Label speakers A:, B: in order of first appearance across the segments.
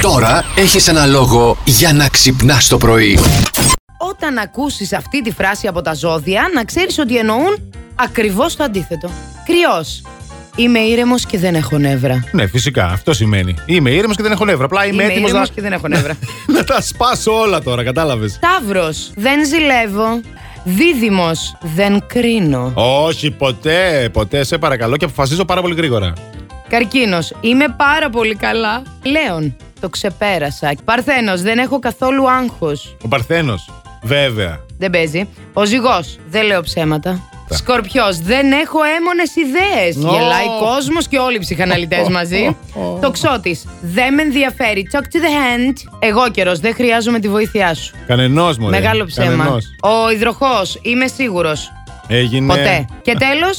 A: Τώρα έχεις ένα λόγο για να ξυπνάς το πρωί.
B: Όταν ακούσεις αυτή τη φράση από τα ζώδια, να ξέρεις ότι εννοούν ακριβώς το αντίθετο. Κρυός. Είμαι ήρεμος και δεν έχω νεύρα.
C: Ναι, φυσικά. Αυτό σημαίνει. Είμαι ήρεμος και δεν έχω νεύρα. Απλά είμαι,
B: Είμαι
C: έτοιμος να...
B: ήρεμος και δεν έχω νεύρα.
C: να τα σπάσω όλα τώρα, κατάλαβες.
B: Ταύρος. Δεν ζηλεύω. Δίδυμος. Δεν κρίνω.
C: Όχι, ποτέ, ποτέ, σε παρακαλώ και αποφασίζω πάρα πολύ γρήγορα.
B: Καρκίνος. Είμαι πάρα πολύ καλά. Λέων. Το ξεπέρασα. Παρθένος. Δεν έχω καθόλου άγχος.
C: Ο Παρθένος. Βέβαια.
B: Δεν παίζει. Ο ζυγός. Δεν λέω ψέματα. Σκορπιός. Δεν έχω έμονες ιδέες.
C: Ω.
B: Γελάει κόσμος και όλοι οι ψυχαναλυτές μαζί. Το ξώτης. Δεν με ενδιαφέρει. Talk to the hand. Εγώ καιρός. Δεν χρειάζομαι τη βοήθειά σου.
C: Κανενός μου.
B: Μεγάλο ψέμα. Ο υδροχός. Είμαι σίγουρος.
C: Έγινε.
B: Ποτέ. Και τέλος.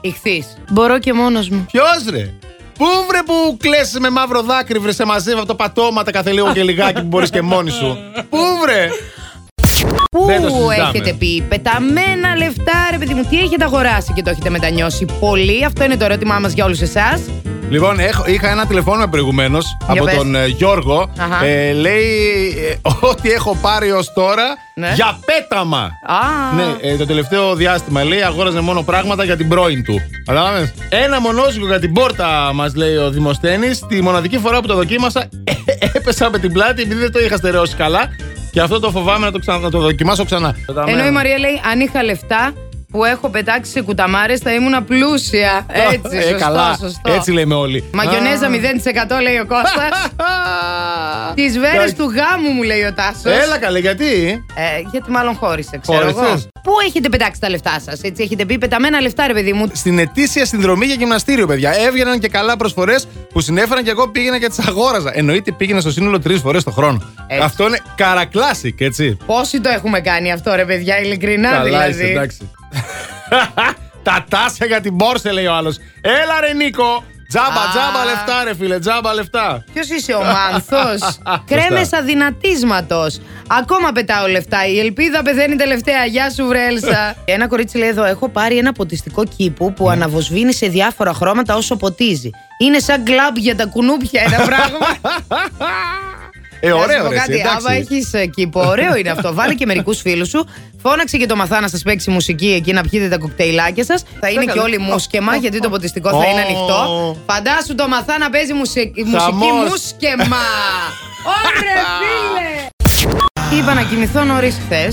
B: Ηχθείς. Μπορώ και μόνος μου.
C: Ποιος ρε. Πού βρε που κλέσει με μαύρο δάκρυ, βρε σε μαζεύει από το πατώματα κάθε λίγο και λιγάκι που μπορείς και μόνη σου. Πού βρε. Δεν το
B: Πού
C: συζητάμε.
B: έχετε πει πεταμένα λεφτά, ρε παιδί μου, τι έχετε αγοράσει και το έχετε μετανιώσει πολύ. Αυτό είναι το ερώτημά μας για όλους εσάς.
C: Λοιπόν, έχω- είχα ένα τηλεφώνημα προηγουμένως από
B: πες.
C: τον ε, Γιώργο.
B: Αχα.
C: Ε, λέει ε, ότι έχω πάρει ως τώρα
B: Ναι.
C: για πέταμα.
B: Α.
C: Ναι, ε, το τελευταίο διάστημα λέει αγόραζε μόνο πράγματα για την πρώην του. Κατάλαβε. Ένα μονόζυγο για την πόρτα μας λέει ο Δημοσταίνη. Τη μοναδική φορά που το δοκίμασα ε, έπεσα με την πλάτη επειδή δεν το είχα στερεώσει καλά. Και αυτό το φοβάμαι να το, ξανα, να το δοκιμάσω ξανά.
B: Ενώ η Μαρία λέει, αν είχα λεφτά που έχω πετάξει σε κουταμάρες, θα ήμουν πλούσια. Έτσι,
C: Ε,
B: σωστό,
C: καλά.
B: σωστό.
C: Έτσι λέμε όλοι.
B: Μαγιονέζα 0% λέει ο Κώστας. Τις βέρες
C: Εντάξει.
B: του γάμου μου λέει ο Τάσος.
C: Έλα καλέ, γιατί.
B: Ε, γιατί μάλλον χώρισε, ξέρω
C: Χώρισες.
B: εγώ. Πού έχετε πετάξει τα λεφτά σας, έτσι. Έχετε πει πεταμένα λεφτά, ρε παιδί μου.
C: στην ετήσια συνδρομή για γυμναστήριο, παιδιά. Έβγαιναν και καλά προσφορές που συνέφεραν και εγώ πήγαινα και τις αγόραζα. Εννοείται πήγαινα στο σύνολο τρεις φορές το χρόνο.
B: Έτσι.
C: Αυτό είναι καρακλάσικ, έτσι.
B: Πόσοι το έχουμε κάνει αυτό, ρε παιδιά, ειλικρινά δηλαδή.
C: είσαι, εντάξει. Τα τάσια για την πόρσε, λέει ο άλλος. Έλα ρε Νίκο. Τζάμπα,
B: Α.
C: τζάμπα λεφτά, ρε φίλε, τζάμπα λεφτά.
B: Ποιος είσαι, ο Μάνθος. Κρέμε
C: Σωστά.
B: αδυνατίσματος. Ακόμα πετάω λεφτά. Η ελπίδα πεθαίνει τελευταία. Γεια σου, Βρέλσα. ένα κορίτσι λέει εδώ: Έχω πάρει ένα ποτιστικό κήπου που αναβοσβήνει σε διάφορα χρώματα όσο ποτίζει. Είναι σαν κλαμπ για τα κουνούπια ένα πράγμα.
C: Ε,
B: Να σου
C: ωραίο,
B: πω
C: ρε,
B: κάτι,
C: εσύ, εντάξει.
B: Άμα έχεις κήπο, ωραίο είναι αυτό. Βάλε και μερικούς φίλους σου. Φώναξε και το μαθά να σας παίξει μουσική εκεί να πιείτε τα κοκτέιλάκια σας. Θα είναι και
C: καλά.
B: όλοι μουσκεμα, γιατί το ποτιστικό θα
C: Ω.
B: είναι ανοιχτό. Φαντάσου το μαθά να παίζει μουσική μουσική
C: Χαμός.
B: μουσκεμα. Ωρε φίλε! Είπα να κοιμηθώ νωρίς χθες.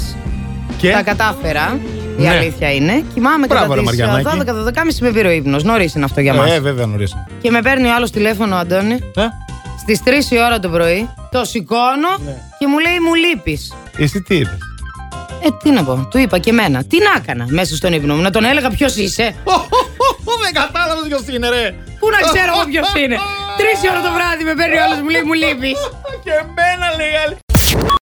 C: Και
B: Τα κατάφερα. Η
C: Ναι.
B: αλήθεια είναι. Κοιμάμαι
C: Μπράβο,
B: κατά
C: ρε,
B: τις
C: Μαριανάκη.
B: 12-12.30 με πήρε ο ύπνος. Νωρίς είναι αυτό για μα.
C: Ε, βέβαια, νωρίς.
B: Και με παίρνει ο άλλος τηλέφωνο, Αντώνη. Στι 3 η ώρα το πρωί το σηκώνω και μου λέει μου λείπεις.
C: Εσύ τι είπες?
B: Ε, τι να πω, του είπα και εμένα. Τι να έκανα μέσα στον ύπνο μου, να τον έλεγα ποιος είσαι.
C: Δεν κατάλαβες ποιος είναι, ρε.
B: Πού να ξέρω εγώ ποιος είναι. Τρεις η ώρα το βράδυ με παίρνει ο άλλος μου λέει μου λείπεις.
C: Και εμένα λέει άλλη.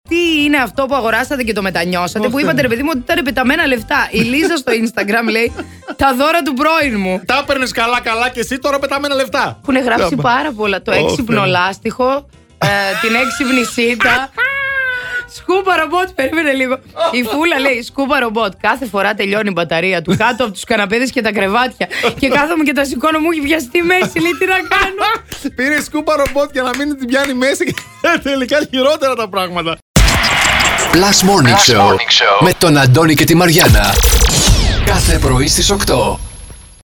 B: Τι είναι αυτό που αγοράσατε και το μετανιώσατε, που
C: Αυτό
B: είπατε
C: είναι.
B: ρε παιδί μου ότι ήταν πεταμένα λεφτά. Η Λίζα στο Instagram λέει τα δώρα του πρώην μου.
C: Τα έπαιρνες καλά-καλά και εσύ τώρα πετάμενα λεφτά.
B: Έχουν γράψει
C: Άμα.
B: πάρα πολλά. Το
C: Ω,
B: έξυπνο
C: Θεέ μου.
B: λάστιχο, ε, την έξυπνη σίτα. Σκούπα ρομπότ, περίμενε λίγο. Η φούλα λέει σκούπα ρομπότ. Κάθε φορά τελειώνει η μπαταρία του κάτω από τους καναπέδες και τα κρεβάτια. Και κάθομαι και τα σηκώνω, μου έχει πιαστεί η μέση. Λέει τι να κάνω.
C: Πήρε σκούπα ρομπότ για να μην την πιάνει μέση και τελικά χειρότερα τα πράγματα.
A: Plus Morning, Show, με τον Αντώνη και τη Μαριάνα. Κάθε πρωί στις 8.